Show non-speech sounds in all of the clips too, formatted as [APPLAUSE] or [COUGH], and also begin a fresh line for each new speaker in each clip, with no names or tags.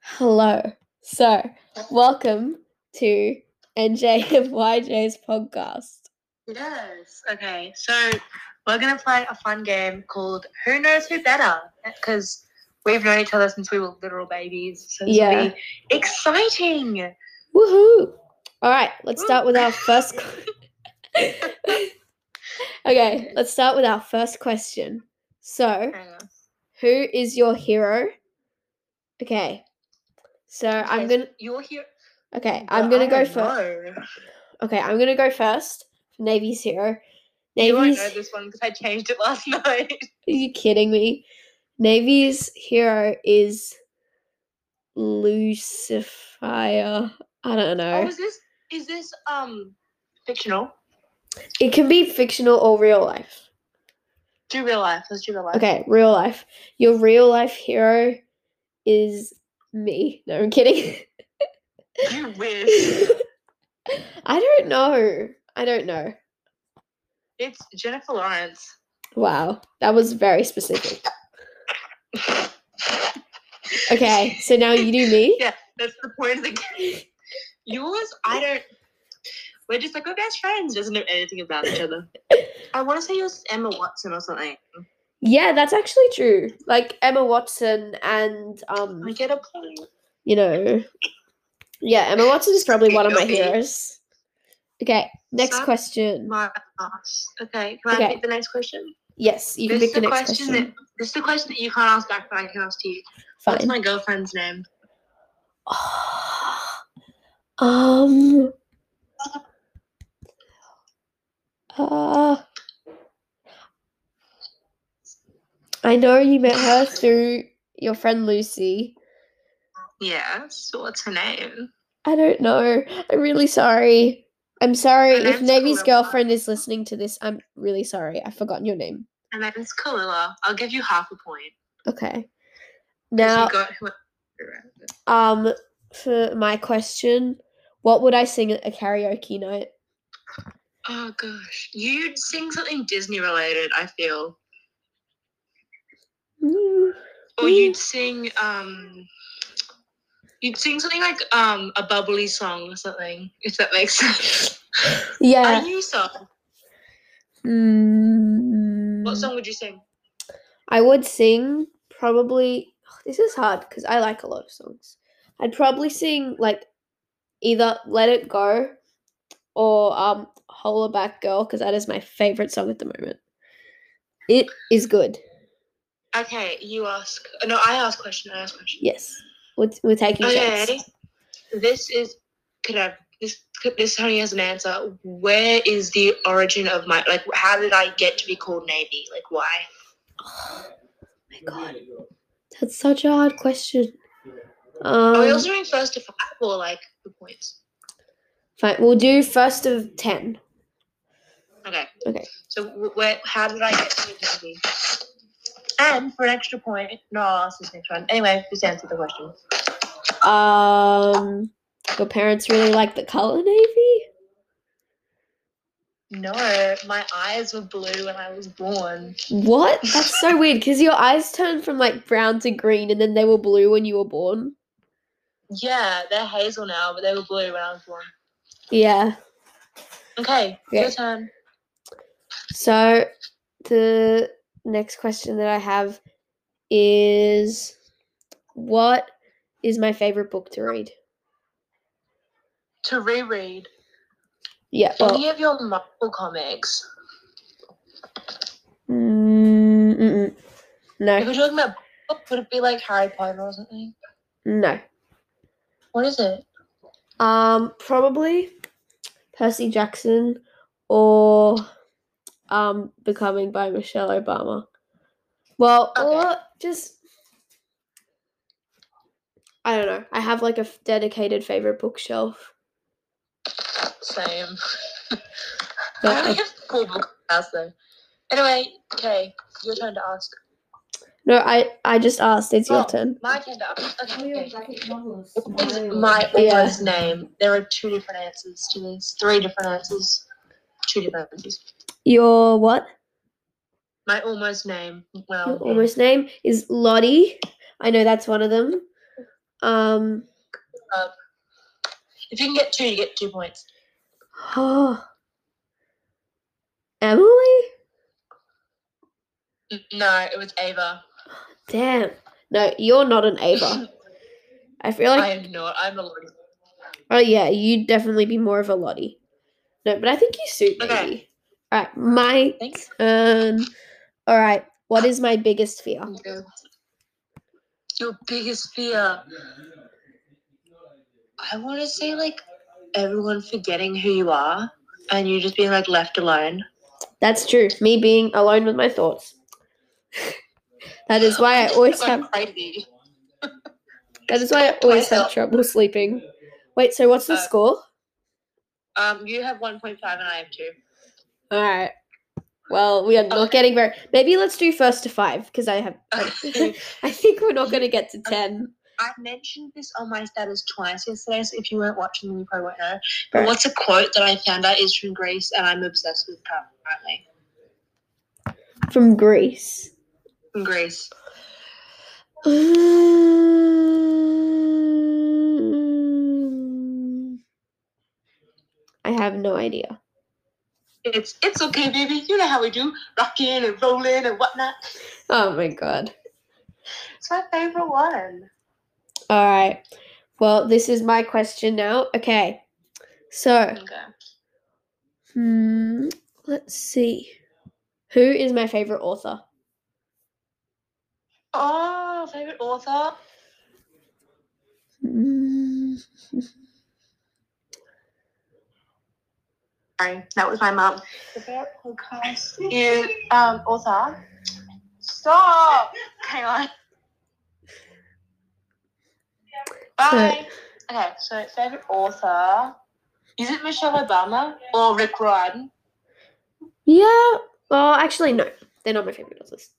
Hello. So, welcome to NJ and YJ's podcast.
Yes. Okay. So we're gonna play a fun game called Who Knows Who Better because we've known each other since we were literal babies. So this will
Yeah.
be exciting.
Woohoo! All right, let's
Woo.
start with our
[LAUGHS]
first. que- okay, let's start with our first question. So,
Hang on.
who is your hero? Okay. So I'm
Okay,
gonna.
You're here.
Okay, I'm gonna go first.
first.
Okay, I'm gonna go first. Navy's hero.
You won't
Navy's.
know this one because I changed it last [LAUGHS] night.
Are you kidding me? Navy's hero is Lucifer. I don't know.
Oh, is this is this um fictional?
It can be fictional or real life.
Do real life. Let's do real life.
Okay, real life. Your real life hero is me. No, I'm kidding. [LAUGHS]
You wish.
I don't know. I don't know.
it's Jennifer Lawrence.
Wow, that was very [LAUGHS] specific. Okay, so now you do me.
Yeah, that's the point of the game. Yours, I don't. We're just like we're best friends. Doesn't know anything about each other. I want to say yours is Emma Watson or something.
Yeah, that's actually true. Like Emma Watson and um
I get a point.
you know. Yeah, Emma Watson is probably one of my
Okay.
heroes. Okay, next
So-
question.
My ass. Okay, can I
Okay.
pick the next question?
Yes, you can pick
this is
the
the
next
question,
question.
that this is the question that you can't ask back, but I can ask to you. What's
Fine.
my girlfriend's name?
um. Uh, I know you met her through your friend Lucy.
Yes. What's her name?
I don't know. I'm really sorry. I'm sorry
And
if
I'm
Navy's
Carla.
girlfriend is listening to this. I'm really sorry. I've forgotten your name.
Her name's Kalila. I'll give you half a point.
Okay.
'cause
Now,
you got who.
um, for my question, what would I sing at a karaoke night?
Oh gosh, you'd sing something Disney related. I feel.
Hmm,
Or
Mm.
you'd sing um you'd sing something like um a bubbly song or something, if that makes [LAUGHS] sense.
Yeah.
A new song.
Mm, Hmm. Mm-hmm.
What song would you sing?
I would sing probably. This is hard because I like a lot of songs. I'd probably sing like either "Let It Go" or um "Holler Back Girl" because that is my favorite song at the moment. It is good.
Okay, you ask uh, no, I ask question, I ask question.
Yes, we're, we're taking shots.
Okay. This is could I this could- this honey has an answer. Where is the origin of my like how did I get to be called Navy? Like why?
Oh my god, that's such a hard question. Um,
Are we Oh, also doing first to five or like the points?
fine, we'll do first of ten.
Okay.
Okay.
So wh- where, how did I get to the movie? And for an extra point, no, I'll ask this next one. Anyway, just answer the question.
Um, your parents really like the color navy.
No, my eyes were blue when I was born.
What? That's so weird. Because your eyes turned from like brown to green, and then they were blue when you were born.
Yeah, they're hazel now, but they were blue when I was born.
Yeah.
Okay,
Yeah.
your turn.
So the next question that I have is, what is my favorite book to read?
To reread
Yeah. Well,
any of your Marvel comics.
Mm, mm-mm.
If
no,
we're talking about books, would it be like Harry Potter or something?
no.
What is it?
Um, probably Percy Jackson or um Becoming by Michelle Obama. Well,
Okay.
or just I don't know. I have like a f- dedicated favorite bookshelf.
Same.
But
[LAUGHS] I
I-
only have four books in my house though. Anyway, okay, your turn to ask.
No, I I just asked. It's your
Oh,
turn.
My turn to ask. Okay, okay. What is
My
my
Yeah.
aunt's name? There are two different answers to this. Three different answers. Two different answers.
your what?
My almost name.
Your
Well,
almost name is Lottie. I know that's one of them. Um, [GASPS]
If you can get two, you get two points.
Emily?
N- No, it was Ava.
Damn. No, you're not an Ava. I feel
I
like.
am not. I'm a lawyer.
Oh, yeah, you'd definitely be more of a Lottie. No, but I think you suit me.
Okay.
All right, my
Thanks.
turn. All right, what is my biggest fear?
Your biggest fear. I want to say like everyone forgetting who you are and you just being like left alone.
That's true. Me being alone with my thoughts. [LAUGHS] that is
[LAUGHS]
why I always
I'm
have.
crazy.
That is why I always have
myself.
trouble sleeping. Wait, so what's the
Uh,
score?
Um, you have one point five and I have two.
All right. Well, we are not getting very. Maybe let's do first to five because I
[LAUGHS]
[LAUGHS] have. I, I think we're not going to get to
Um,
ten.
I mentioned this on my status twice yesterday, so if you weren't watching, then you probably won't know. But
Right.
what's a quote that I found out is from Greece, and I'm obsessed with currently
From Greece.
from Greece.
Mm, I have no idea.
It's it's okay, baby. You know how we do, rocking and rolling and whatnot.
Oh my god.
It's my favorite one.
All right. Well, this is my question now. Okay. So,
Okay.
hmm, let's see. Who is my favorite author?
Oh, favorite author.
Hmm.
Sorry, that was my mum. The favorite podcast is um author. Stop. Hang on. Bye. Okay, so favorite author. Is it Michelle Obama or Rick Ryan?
Yeah. Well, actually, no. They're not my favorite authors.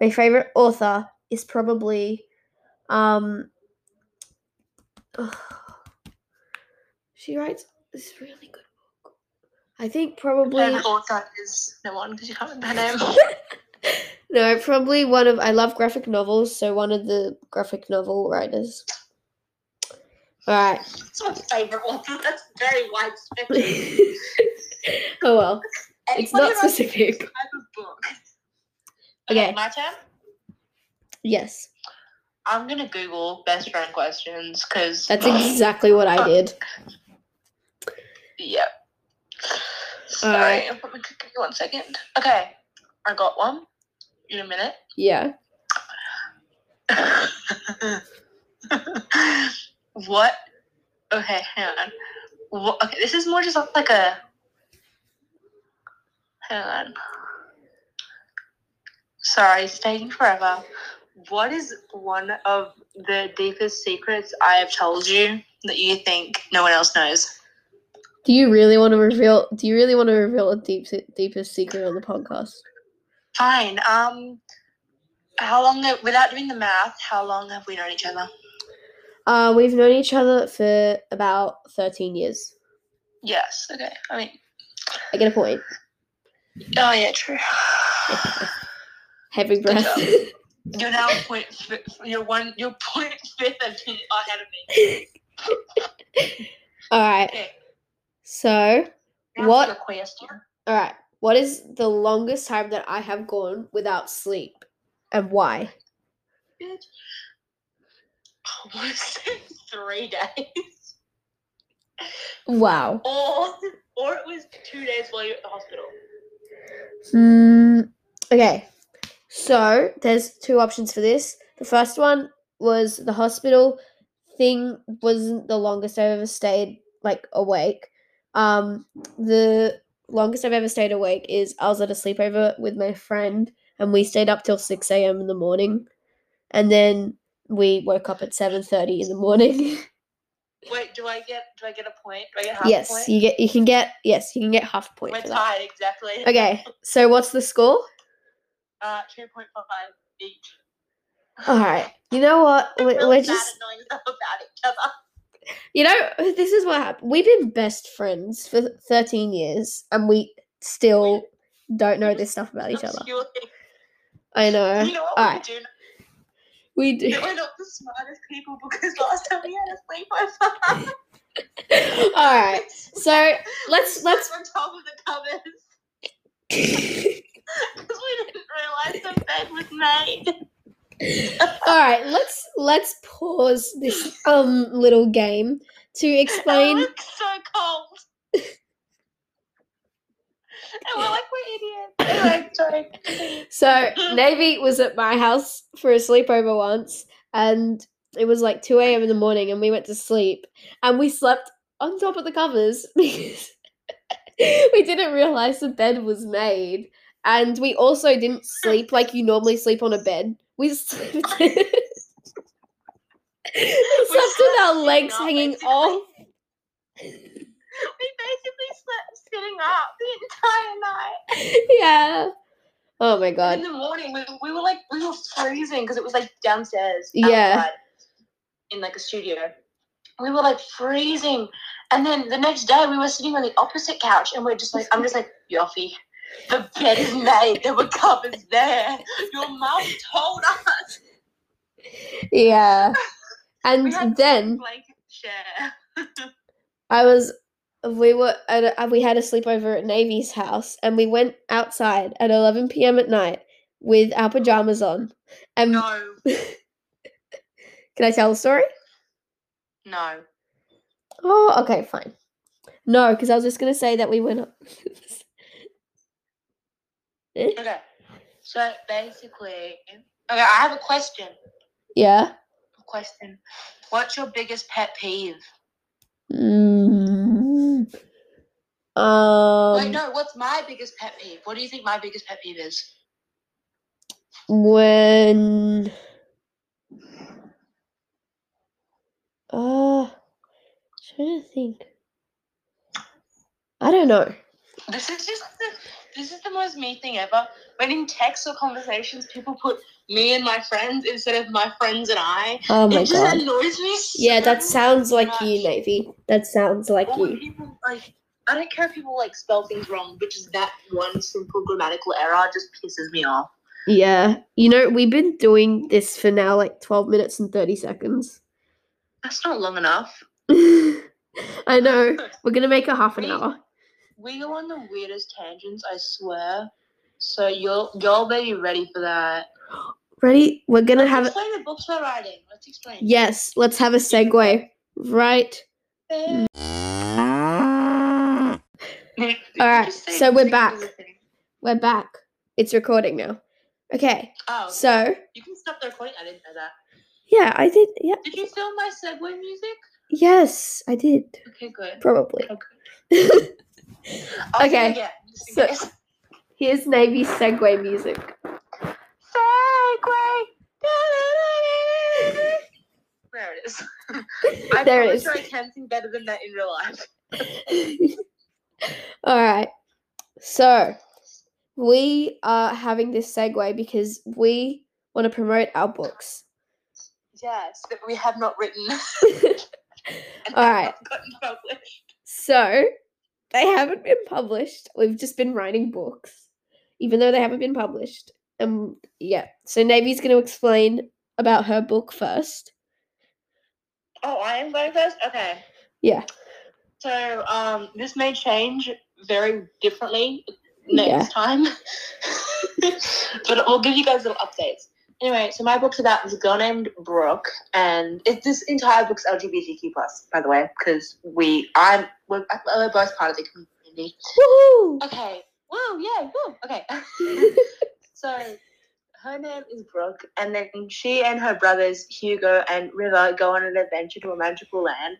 My favorite author is probably, um, she writes this really good book. I think probably
Favorite author is no one because you can't remember her
[LAUGHS]
name.
no, probably one of I love graphic novels, so one of the graphic novel writers. All [LAUGHS] right.
It's my favorite author. That's very widespread.
oh well, it's
Anybody
not
writes [LAUGHS]
specific.
Type of book.
Okay.
my turn.
Yes,
I'm gonna Google best friend questions because
that's exactly what I did.
Yep. Sorry,
Alright.
give me one second. Okay, I got one in a minute. [LAUGHS]
Yeah.
what? Okay, hang on. What, okay, this is more just like a. Hang on. Sorry, it's taking forever. What is one of the deepest secrets I have told you that you think no one else knows?
Do you really want to reveal? Do you really want to reveal a deep, se- deepest secret on the podcast?
Fine. Um, how long? have- Without doing the math, how long have we known each other?
Uh, we've known each other for about thirteen years.
Yes. Okay. I mean,
I get a point.
oh yeah, [LAUGHS] true.
Heavy breath. [LAUGHS]
You're now point. fi- You're one. You're point fifth of me ahead of me.
all right.
Okay.
So,
now for
What-
the [LAUGHS] question.
all right. What is the longest time that I have gone without sleep, and why?
Bitch. I want to say three days,
Wow.
or or it was two days while you're at the hospital.
Mm, okay. So there's two options for this. The first one was the hospital thing wasn't the longest I've ever stayed like awake. Um, the longest I've ever stayed awake is I was at a sleepover with my friend and we stayed up till six a.m. in the morning, and then we woke up at seven thirty in the morning.
Wait, do I get do I get a point? Do I get
[LAUGHS]
half
yes,
a point?
you get you can get yes you can get half a point
We're
for that.
tied exactly.
Okay, so what's the score?
Uh, two point five each.
All right. You know what?
I'm
We're,
really
we're
bad
just,
at knowing [LAUGHS] stuff about each other.
you know, this is what happened. We've been best friends for 13 years and we still don't know this stuff about each other.
Obscure things.
I know.
You know what
[LAUGHS] all
we
right.
could do?
We do. [LAUGHS]
That we're not the smartest people because last time we had a sleepover.
All right. So let's let's.
[LAUGHS] on top of the covers [LAUGHS]
All
because we didn't realize the bed was made.
right. Let's let's pause this um little game to
And
explain.
It was so cold. and we're like, we're idiots. Anyway, sorry. continue.
So Navy was at my house for a sleepover once, and it was like two a.m. in the morning, and we went to sleep, and we slept on top of the covers [LAUGHS] because we didn't realize the bed was made, and we also didn't sleep like you normally sleep on a bed. We [LAUGHS] slept. we slept with
slept
our
sitting
legs
up,
hanging
basically.
off. [LAUGHS]
We basically slept sitting up the entire night.
Yeah. Oh my
In [LAUGHS]
god.
the morning, we, we were like, we were freezing because it was like downstairs.
Yeah.
outside, in like a studio. We were like freezing. And then the next day, we were sitting on the opposite couch and we're just like, I'm just like, Yoffie. The bed is made. There were covers there. Your mum told us.
Yeah.
We had
And then
Like, share.
I was we were at a, we had a sleepover at Navy's house and we went outside at 11 p.m. at night with our pajamas on. And
No,
can I tell the story?
no.
Oh, okay, fine. No, because I was just gonna say that we went up. [LAUGHS] Eh?
Okay. So basically, okay, I have a question.
yeah.
Question. What's your biggest pet peeve?
Mm.
Wait,
Um.
no. What's my biggest pet peeve? What do you think my biggest pet peeve is?
When. Uh, trying to think. I don't know.
This is just the, this is the most me thing ever. When in texts or conversations, people put me and my friends instead of my friends and I.
Oh
it
my
just
god.
annoys me. So
Yeah, that sounds like you,
much.
Navy. That sounds like
Or when
you.
people like. I don't care if people like spell things wrong, but just that one simple grammatical error just pisses me off.
Yeah. You know, we've been doing this for now like 12 minutes and 30 seconds. [LAUGHS]
That's not long enough.
I know. We're going to make a half an
Me-
hour.
[LAUGHS] We go on the weirdest tangents, I swear. So you'll y'all better be ready for that.
Ready? We're going to
Let's
have.
explain the books we're writing. Let's explain.
Yes, let's have a segue. Right.
Did you
Alright,
just say
so we're
music is
back.
a thing?
We're back. It's recording now. Okay.
Oh,
So,
you can stop the recording. I didn't know that.
yeah, I did. Yeah.
Did you film my segue music?
Yes, I did.
Okay,
[LAUGHS]
good.
Probably.
Okay. I'll do it
Okay,
again, just in
so-
case.
Here's Navy's segue [LAUGHS] music.
Segway. There it is. I
There it
promise
is.
you I can sing better than that in real life.
[LAUGHS] All right. So, we are having this segue because we want to promote our books.
Yes, that we have not
[LAUGHS]
written. [LAUGHS] and
All
have
right.
not Gotten published.
So, they haven't been published. We've just been writing books, even though they haven't been published. Um, yeah. So, Navy's going to explain about her book first.
Oh, I am going first. Okay.
Yeah.
So, um, this may change very differently next
Yeah.
time, [LAUGHS] but we'll give you guys little updates. Anyway, so my book's about this girl named Brooke, and it, this entire book's LGBTQ plus, by the way, because we I'm we're, we're both part of the community.
Woohoo! [LAUGHS]
[LAUGHS] Okay. Woo! Yeah. Woo! Okay. [LAUGHS] So her name is Brooke, and then she and her brothers Hugo and River go on an adventure to a magical land,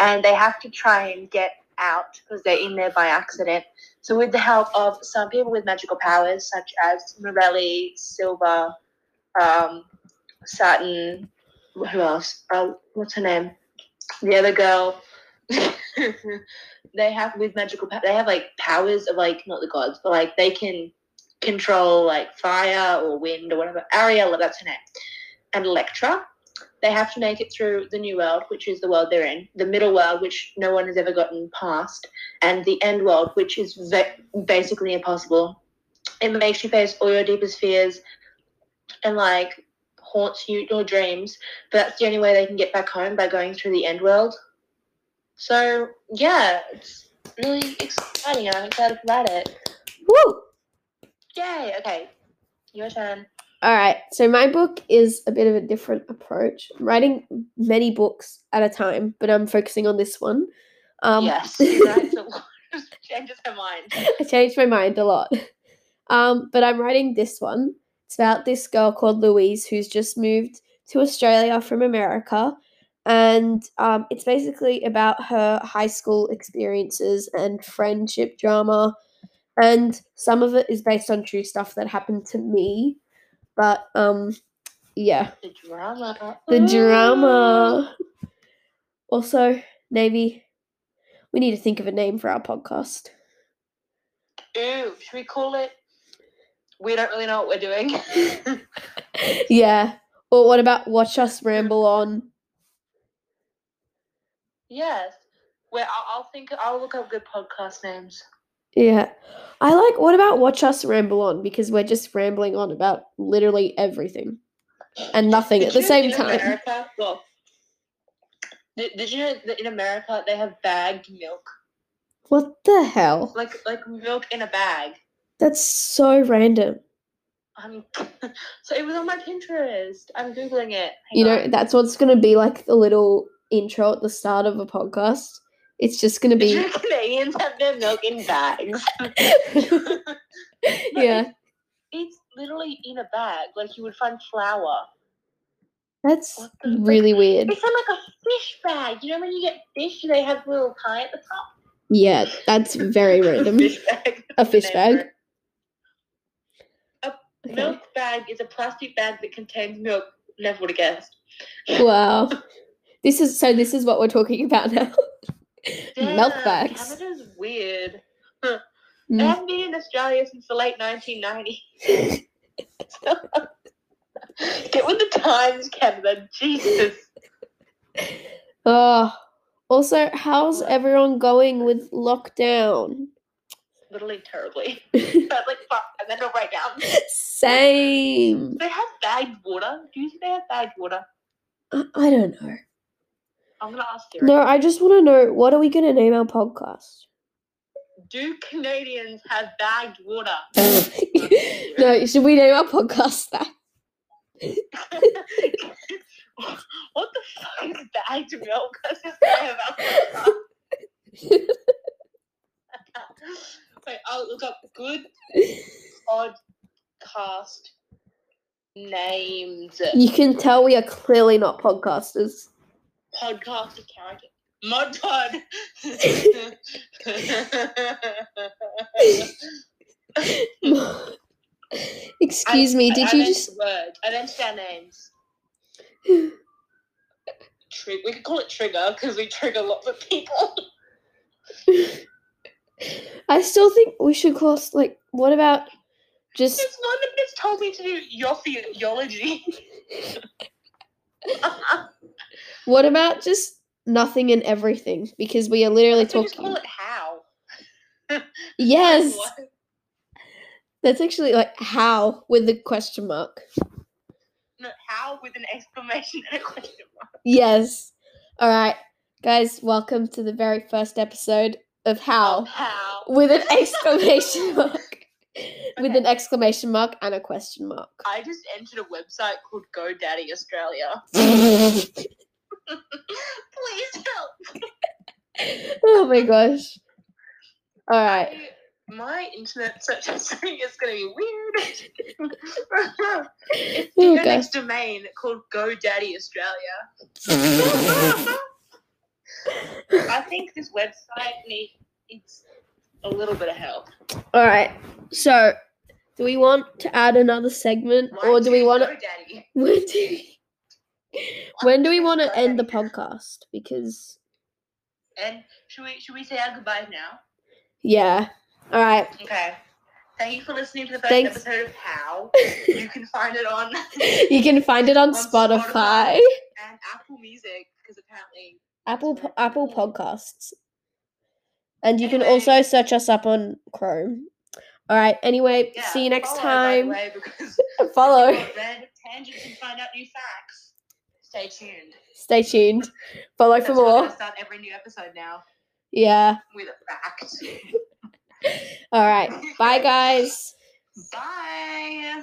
and they have to try and get out because they're in there by accident. So, with the help of some people with magical powers, such as Morelli, Silver, um, Saturn, who else? Oh, what's her name? The other girl. [LAUGHS] they have with magical pow- they have like powers of like not the gods, but like they can control like fire or wind or whatever. Ariella, that's her name, and Electra. They have to make it through the new world, which is the world they're in, the middle world, which no one has ever gotten past, and the end world, which is ve- basically impossible. It makes you face all your deepest fears and like haunts you your dreams. But that's the only way they can get back home by going through the end world. So yeah, it's really exciting. I'm excited about it.
Woo!
Yay! Okay, your turn.
All right, so my book is a bit of a different approach. I'm writing many books at a time, but I'm focusing on this one. Um, [LAUGHS]
yes, that's a lot. Changes her mind.
I [LAUGHS] changed my mind a lot. [LAUGHS] Um, but I'm writing this one. It's about this girl called Louise who's just moved to Australia from America. And um, it's basically about her high school experiences and friendship drama. And some of it is based on true stuff that happened to me. But um, yeah,
The drama.
the drama. Also, maybe we need to think of a name for our podcast.
Ooh, should we call it? We don't really know what we're
[LAUGHS]
doing.
yeah. Or what about watch us ramble on?
yes. Well, I'll, I'll think. I'll look up good podcast names.
Yeah. I like what about watch us ramble on because we're just rambling on about literally everything and nothing
Did
at the
you-
same
in
time.
America, well, did, did you know that in America they have bagged milk,
What the hell?
like like milk in a bag?
That's so random.
Um, [LAUGHS] so it was on my Pinterest. I'm googling it. Hang
You know,
on.
that's what's going to be like the little intro at the start of a podcast. It's just going to
Did you
be [LAUGHS]
know Canadians have their milk in bags. No,
Yeah.
It's, it's literally in a bag, like you would find flour.
That's
What the- like,
really weird.
It's not like a fish bag. You know when you get fish, they have a little tie at the top.
Yeah, that's very random.
fish bag.
A fish bag. Okay.
Milk bag is a plastic bag that contains milk. Never would have guessed.
Wow. This is so this is what we're talking about now. Milk
Damn,
bags.
Canada's weird. They [LAUGHS]
Mm.
haven't been in Australia since the late 1990s. [LAUGHS] Get with the times, Canada. Jesus.
Oh. Also, how's everyone going with lockdown? [LAUGHS]
Literally terribly. [LAUGHS] But like, fuck, and then I'll write down.
Same.
They have bagged water. Do you think they have bagged water?
I, I don't know.
I'm gonna ask Sarah.
No, I just want to know what are we going to name our podcast? [LAUGHS]
Do Canadians have bagged water?
Oh. no, should we name our podcast that?
what the fuck is bagged milk? [LAUGHS] That's just what I have out there. Wait, I'll oh, look up good podcast names.
[LAUGHS] You can tell we are clearly not podcasters. [LAUGHS]
Podcast character. Mod Pod.
Excuse me,
I-
did
I
you
meant
just
words. I meant their
[SIGHS]
names. Trig- we could call it trigger because we trigger lots of people.
I still think we should call us like what about just
This one that just told me to do yosseology. [LAUGHS]
[LAUGHS] what about just nothing and everything because we are literally
we just call
talking
it how.
yes
What?
that's actually like how with the question mark
No, how with an exclamation and a question mark.
yes all right guys welcome to the very first episode of how
How.
with
[LAUGHS]
an exclamation mark with
Okay.
an exclamation mark and a question mark [LAUGHS]
I just entered a website called GoDaddy Australia. [LAUGHS] Please help.
oh my gosh all right
I- my internet search history is going to be weird. [LAUGHS] it's the
Oh,
next
gosh.
domain called GoDaddy Australia.
[LAUGHS]
I think this website needs a little bit of help.
All right. So, do we want to add another segment, or do we want to?
GoDaddy?
[LAUGHS] When do we, when do we want to end the podcast? Because
And should we should we say our goodbyes now?
yeah. All right. [LAUGHS]
Okay. Thank you for listening to the first
Thanks.
episode
[LAUGHS]
of How. you can find it on
You can find it on
On
Spotify,
Spotify. and Apple Music because apparently
Apple po- Apple
Spotify.
Podcasts, and you can
Anyway.
also search us up on Chrome. All right. Anyway,
yeah.
see you next
follow, by the
time. [LAUGHS]
way, because
Follow.
Red tangents and find out new facts. Stay tuned.
Stay tuned. Follow for
That's how we're gonna
more.
Start every new episode now
Yeah.
with a fact. [LAUGHS]
All right. Bye, guys.
Bye.